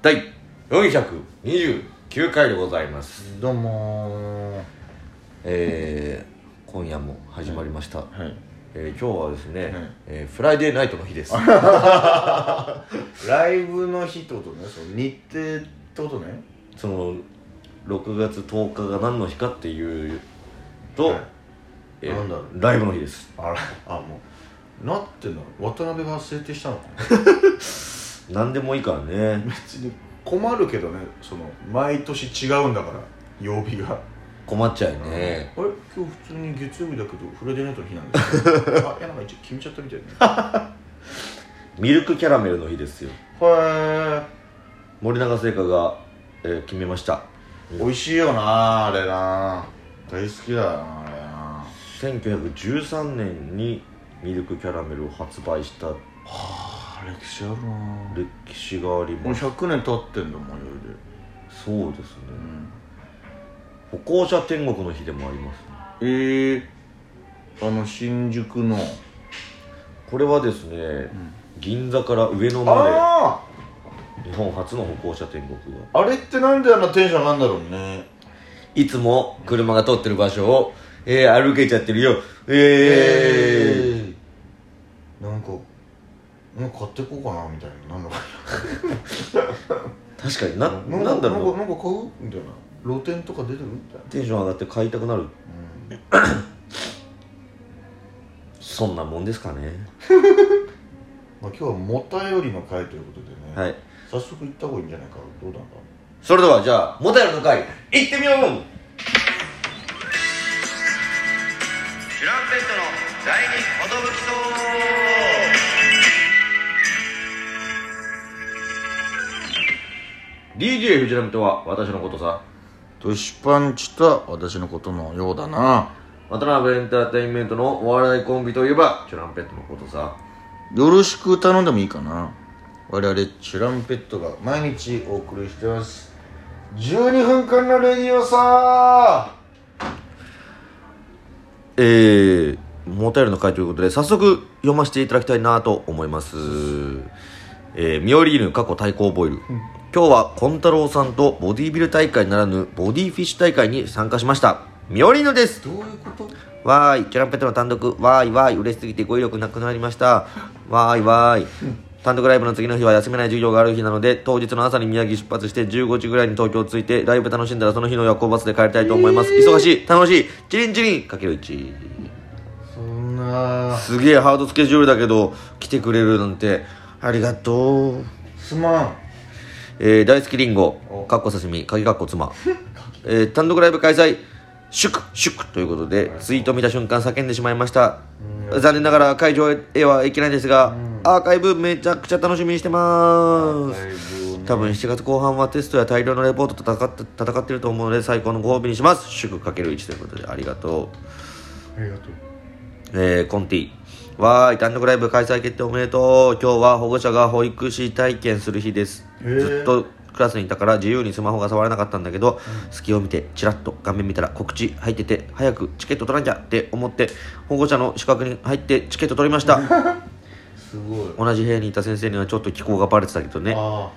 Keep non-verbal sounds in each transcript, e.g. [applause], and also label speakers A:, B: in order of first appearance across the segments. A: 第429回でございます
B: どうもー
A: えー、今夜も始まりました、
B: はい
A: えー今日はですね、
B: はい
A: えーフライデーナイトの日です
B: ライブの日ってことねその日程ってことね
A: その6月10日が何の日かっていうと、
B: はい
A: えー
B: なんだろう
A: ライブの日です
B: あらあもうなってんだ渡辺が制定したのかな
A: 何でもいいから
B: [laughs]
A: ね
B: 別に困るけどねその毎年違うんだから曜日が
A: 困っちゃうね、
B: あれ今日普通に月曜日だけどフライデーナイトの日なんです [laughs] よあいやなんか一応決めちゃったみたいねへ
A: ミルクキャラメルの日ですよ
B: え
A: 森永製菓が、えー決めました
B: 美味しいよなあれな大好きだよなあれな
A: 1913年にミルクキャラメルを発売した
B: あ歴史あるな
A: 歴史があり
B: もう
A: ます
B: 100年経ってんだもんよりで
A: そうですね
B: うん
A: 歩行者天国の日でもあります、
B: ええあの新宿の
A: これはですね、
B: ん
A: 銀座から上野ま
B: あ
A: で日本初の歩行者天国が
B: ああれってなんであんなテンションなんだろうね
A: いつも車が通ってる場所を、えー歩けちゃってるよえー、
B: えなんかなんか買ってこうかなみたいななんだか
A: 確かにな
B: [laughs] な
A: なんだろうな
B: なんかなんか買うみたいな露店とか出てるみたいな
A: テンション上がって買いたくなる
B: うん
A: そんなもんですかね
B: まあ、今日はもたよりの会ということで
A: は
B: ね、
A: い
B: 早速行った方がいいんじゃないかどうなんだ
A: それではじゃあモテルの会行ってみよう
C: チュランペットの第二寿そう
A: DJ 藤波とは私のことさ
B: トシパンチと私のことのようだな
A: 渡辺エンターテインメントのお笑いコンビといえばチュランペットのことさ
B: よろしく頼んでもいいかな我々チュランペットが毎日お送りしてます12分間のレディオさ
A: えー、モテルの会ということで早速読ませていただきたいなと思いますえー、ミオリーヌ過去対抗ボイル、今日はコンタロウさんとボディビル大会ならぬボディフィッシュ大会に参加しましたミオリーヌです
B: どういうこと
A: わーいチュランペットの単独わーいわーい嬉しすぎて語彙力なくなりましたわーいわーい単独ライブの次の日は休めない授業がある日なので当日の朝に宮城出発して15時ぐらいに東京着いてライブ楽しんだらその日の夜行バスで帰りたいと思います、忙しい楽しいチリンチリンかける1
B: そんな
A: すげえハードスケジュールだけど来てくれるなんてありがとう
B: すまん
A: えー大好きリンゴ
B: お、
A: かっこ刺身、かぎかっこ妻、えー単独ライブ開催、祝、祝ということで、ツイート見た瞬間叫んでしまいました。残念ながら会場へは行けないですが、アーカイブめちゃくちゃ楽しみにしてま
B: アーカイブ
A: す
B: を。ね
A: 多分7月後半はテストや大量のレポートと戦って戦ってると思うので、最高のご褒美にします。祝かける1ということで、ありがとう。
B: ありがとう
A: えーコンティわーい単独ライブ開催決定おめでとう今日は保護者が保育士体験する日です
B: へー
A: ずっとクラスにいたから自由にスマホが触れなかったんだけど、隙を見てチラッと画面見たら告知入ってて早くチケット取らなきゃって思って保護者の資格に入ってチケット取りました
B: [laughs] すごい
A: 同じ部屋にいた先生にはちょっと気候がバレてたけどね
B: あ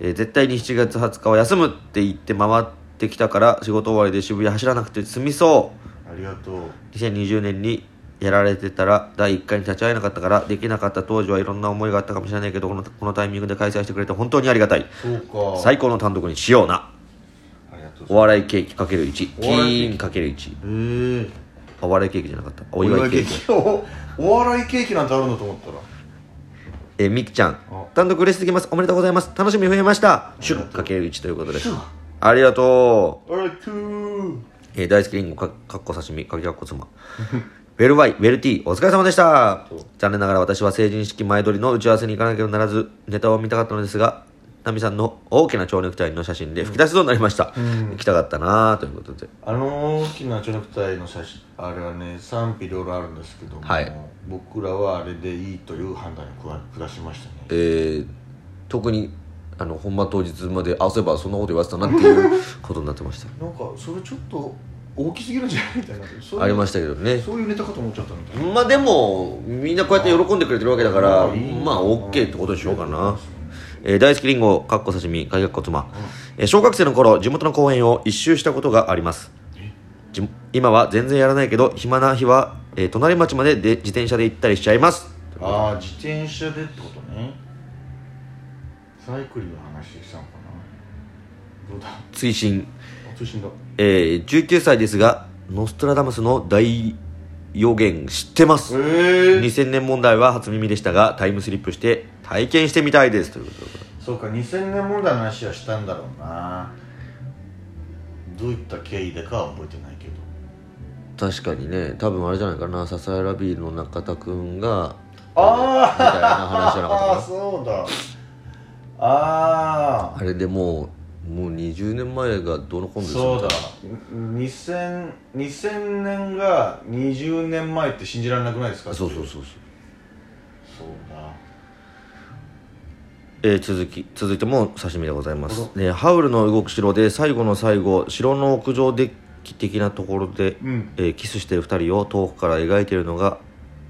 A: えー絶対に7月20日は休むって言って回ってきたから仕事終わりで渋谷走らなくて済みそう
B: あありがとう
A: 2020年にやられてたら第1回に立ち会えなかったからできなかった当時はいろんな思いがあったかもしれないけどこのこのタイミングで開催してくれて本当にありがたい
B: そうか
A: 最高の単独にしような
B: ありがとう
A: お笑いケーキかける1キ
B: お笑いケーキ
A: ーンかける1
B: えー、
A: あお笑いケーキじゃなかったお
B: お
A: 祝
B: 祝
A: い
B: い
A: ケ
B: ケ
A: ー
B: ー
A: キ
B: キおお笑いケーキなんてあるんだと思ったら
A: えーみきちゃん単独嬉しすぎますおめでとうございます楽しみ増えましたシュッかける1ということでありがとう
B: ありがとう
A: えー大好きリンゴかかっこ刺身かきかっこ妻ウェルワイウェルティーお疲れ様でした残念ながら私は成人式前撮りの打ち合わせに行かなければならずネタを見たかったのですがナミさんの大きな蝶ネクタイの写真で吹き出しそうになりました、行きたかったなあということで
B: あの大きな蝶ネクタイの写真あれはね賛否両論あるんですけども、
A: はい
B: 僕らはあれでいいという判断を下下しましたね
A: えー特にあの本番当日まであそういえばそんなこと言わせたなっていうことになってました
B: なんかそれちょっと大きすぎるんじゃないみたいなそういう
A: ありましたけどね
B: そういうネタかと思っちゃったみたいな
A: まあでもみんなこうやって喜んでくれてるわけだから
B: あいい
A: まあ OK ってことにしようかなえー大好きりんご、かっこ刺身、かいがっこ妻、えー小学生の頃、地元の公園を一周したことがあります。じ今は全然やらないけど、暇な日は、えー隣町までで自転車で行ったりしちゃいます。
B: ああ自転車でってことねサイクリングの話したのかなどうだ
A: 追伸、
B: お通信だ
A: えー19歳ですが、ノストラダムスの大予言知ってます。
B: ええ
A: 2000年問題は初耳でしたがタイムスリップして体験してみたいですということで
B: そうか2000年問題の話はしたんだろうなどういった経緯でかは覚えてないけど
A: 確かにね多分あれじゃないかな笹原ビールの中田くんが
B: あ
A: みたいな話じゃなか
B: あ
A: ったか
B: そうだあ [laughs]
A: な
B: あ
A: あれでもうもう20年前がどのコンです
B: そうだ2000 2000年が20年前って信じられなくないですか
A: そうそうそうそう、
B: そうだ
A: えー続き続いても刺身でございます、ね、ハウルの動く城で最後の最後城の屋上デッキ的なところで、
B: うん
A: えーキスしてる2人を遠くから描いてるのが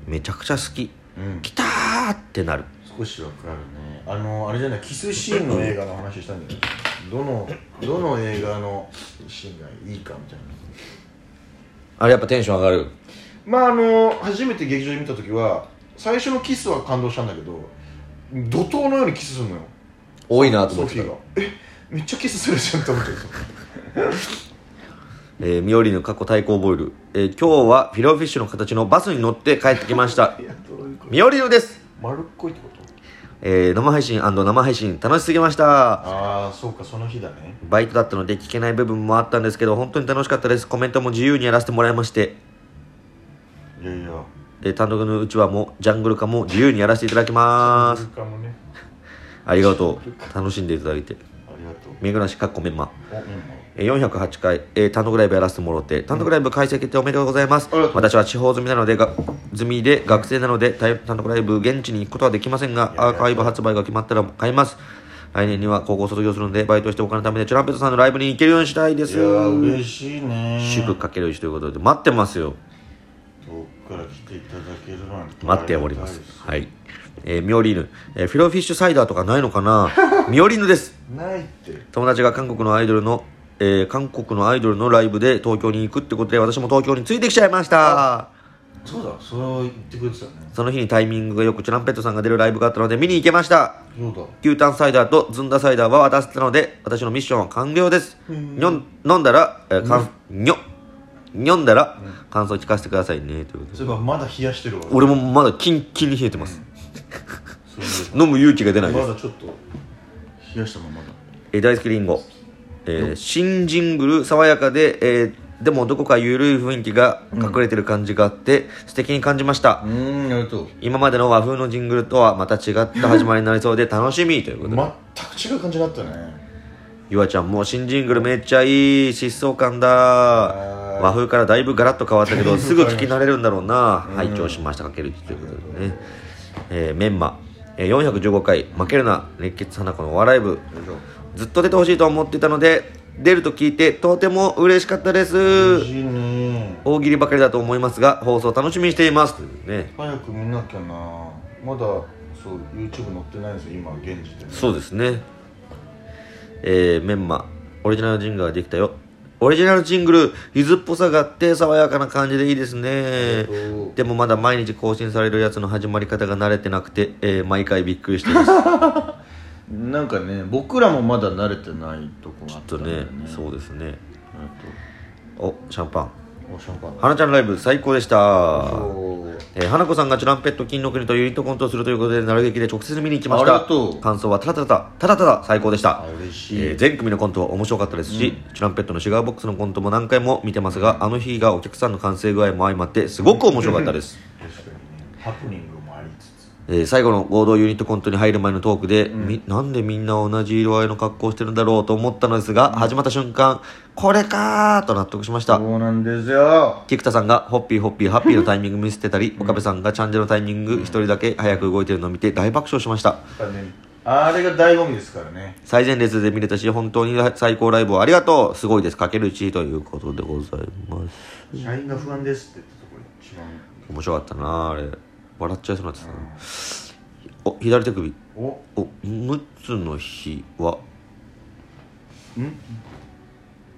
A: めちゃくちゃ好き
B: うん
A: 来たーってなる
B: 少しわかるねあのあれじゃないキスシーンの映画の話したんじゃないどのどの映画のシーンがいいかみたいな
A: あれやっぱテンション上がる
B: まああの初めて劇場で見た時は最初のキスは感動したんだけど怒涛のようにキスするのよ
A: 多いなと思っ
B: ソ
A: て
B: フィ
A: た
B: ーがえめっちゃキスするじゃんと思ってる
A: えー、ミオリーヌ過去対抗ボイル、えー今日はフィロフィッシュの形のバスに乗って帰ってきました
B: いやどういうこと
A: ミオリーヌです、
B: 丸っこいってこと
A: えー生配信生配信楽しすぎました
B: ああそうかその日だね
A: バイトだったので聞けない部分もあったんですけど本当に楽しかったですコメントも自由にやらせてもらいまして、
B: いやいや
A: えー単独のうちわもジャングル化も自由にやらせていただきま
B: ル
A: す
B: カもね
A: ありがとう楽しんでいただいて
B: ありがとう
A: 目暮らしかっこメンマ
B: おうん
A: えー408回、えー単独ライブやらせてもらって単独ライブ開催決定おめでとうございます、
B: ありがとう
A: 私は地方済みなのでが済みで学生なので単単独ライブ現地に行くことはできませんが
B: いや
A: アーカイブ発売が決まったら買います来年には高校卒業するのでバイトしてお金貯めてチュランペットさんのライブに行けるようにしたいで
B: い
A: す
B: やー嬉しいね
A: 祝かける1ということで待ってますよ
B: 遠くから来ていただけるなんて
A: 待っております
B: あが
A: はいえーミオリーヌ、えーフィロフィッシュサイダーとかないのかな [laughs] ミオリーヌです
B: たいですないって
A: 友達が韓国のアイドルの、えー韓国のアイドルのライブで東京に行くってことで私も東京についてきちゃいました
B: そうだそれを言ってくれてたね
A: その日にタイミングがよくチュランペットさんが出るライブがあったので見に行けました
B: そうだ
A: 牛タンサイダーとずんだサイダーは渡せたので私のミッションは完了ですにょん飲んだら、えー、かんにょ飲んだら感想聞かせてくださいねということで
B: そういえばまだ冷やしてるわ
A: 俺もまだキンキンに冷えてます、
B: そうい
A: 飲む勇気が出
B: え
A: ない
B: ば
A: です
B: まだちょっと冷やしたままだ
A: えー大好きりんご、えー新ジングル爽やかで、えーでもどこか緩い雰囲気が隠れてる感じがあって、素敵に感じました、
B: うーんやると
A: 今までの和風のジングルとはまた違った始まりになりそうで楽しみということで、
B: 全く違う感じだったね
A: ゆあちゃんも新ジングルめっちゃいい疾走感だ
B: ー
A: 和風からだいぶガラッと変わったけ [laughs] どすぐ聞き慣れるんだろうな拝聴しましたかけるということでね、えーメンマ、えー415回「負けるな熱血花子のお笑い部」
B: よいしょ
A: ずっと出てほしいと思っていたので出ると聞いてとても嬉しかったで
B: 嬉
A: す
B: しいね
A: 大喜利ばかりだと思いますが放送楽しみにしていますというね
B: 早く見なきゃなまだそう YouTube 載ってないんですよ今現時点で
A: そうですねえー、メンマオリジナルジングルができたよオリジナルジングルゆずっぽさがあって爽やかな感じでいいですね
B: おー
A: でもまだ毎日更新されるやつの始まり方が慣れてなくて、えー毎回びっくりしてます
B: なんかね僕らもまだ慣れてないとこがあっ
A: ちょ
B: た
A: っ
B: ん
A: と
B: だよ
A: ね
B: ね
A: そうですね
B: あ
A: おシャンパン
B: とおシャンパン
A: 花ちゃんライブ最高でした
B: そう
A: えー花子さんがチュランペット金の国とユニットコントをするということで、なる劇で直接見に行きました。
B: ありがとう
A: 感想はただただ、ただただ最高でした
B: あ。嬉しい、
A: えー全組のコントは面白かったですし、チュランペットのシガーボックスのコントも何回も見てますが、あの日がお客さんの完成具合も相まって、すごく面白かった [laughs] です。
B: 確かにねハプニングもありつつ
A: えー最後の合同ユニットコントに入る前のトークで、みなんでみんな同じ色合いの格好をしてるんだろうと思ったのですが、始まった瞬間、これかーと納得しました。
B: そうなんですよ
A: 菊田さんがホッピーホッピーハッ [laughs] ピーのタイミング見せてたり、岡部さんがチャンジェのタイミング一人だけ早く動いてるのを見て大爆笑しました。
B: あれが醍醐味ですからね
A: 最前列で見れたし、本当に最高ライブをありがとうすごいです。かける1ということでございます。
B: 社員が不安ですって言ったところ一番
A: 面白かったなあれ。笑っちゃいそうになってたなお、左手首。
B: お
A: お6つの日は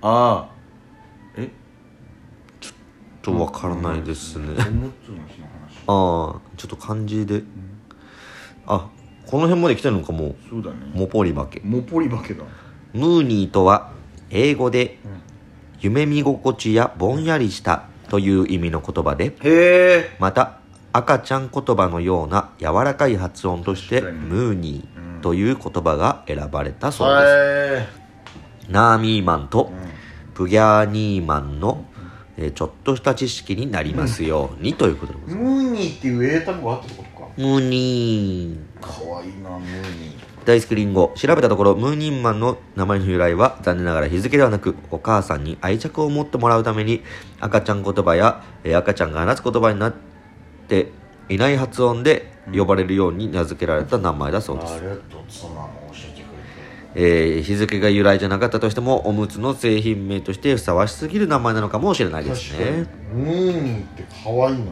B: ああえ
A: ちょっとわからないですね、
B: え6つの日の話
A: ああちょっと漢字で、あこの辺まで来てるのかも
B: そうだ
A: う
B: ね
A: モポリバケ
B: モポリバケだ
A: ムーニーとは英語で夢見心地やぼんやりしたという意味の言葉で
B: へえ
A: また赤ちゃん言葉のような柔らかい発音として
B: 確かに
A: ムーニーという言葉が選ばれたそうで
B: は
A: すナーミーマンと
B: いうん
A: プギャーニーマンのえーちょっとした知識になりますようにということでございます
B: ムーニーっていう英単語あったってこと
A: ムーニー
B: かかわいいなムーニー
A: 大好きリンゴ調べたところムーニンマンの名前の由来は残念ながら日付ではなくお母さんに愛着を持ってもらうために赤ちゃん言葉や、えー赤ちゃんが話す言葉になっていない発音で呼ばれるように名付けられた名前だそうです、
B: あれと妻も教えてくれ
A: えー日付が由来じゃなかったとしてもおむつの製品名としてふさわしすぎる名前なのかもしれない
B: て
A: ですね
B: ムーニーってかわいいな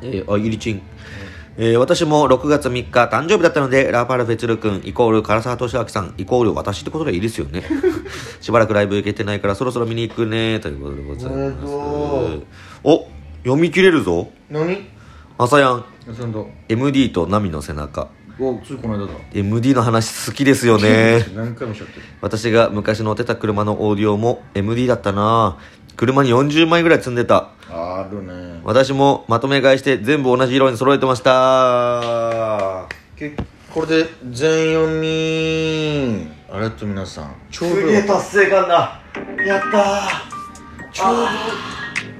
A: えーあゆりちん、えー私も6月3日誕生日だったのでラパルフェツル君イコール唐沢俊明さんイコール私ってことでいいですよ [laughs] ねしばらくライブ行けてないからそろそろ見に行くねということでございます
B: おめで
A: お読み切れるぞ
B: 何
A: 朝やん
B: そんだ
A: MD とナミの背中
B: おついこの間だ
A: MD の話好きですよ [laughs] ね
B: 何回もしちゃってる
A: 私が昔乗ってた車のオーディオも MD だったな車に40枚ぐらい積んでた
B: あるね
A: 私もまとめ買いして全部同じ色に揃えてました
B: けこれで全読みあれと皆さんちょうど
A: 達成感だやったー
B: ちょうど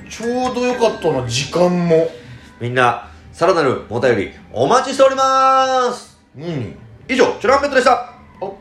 B: ちょうどよかったな時間も
A: みんなさらなるお便りお待ちしております
B: ムーニー
A: 以上チュランペットでした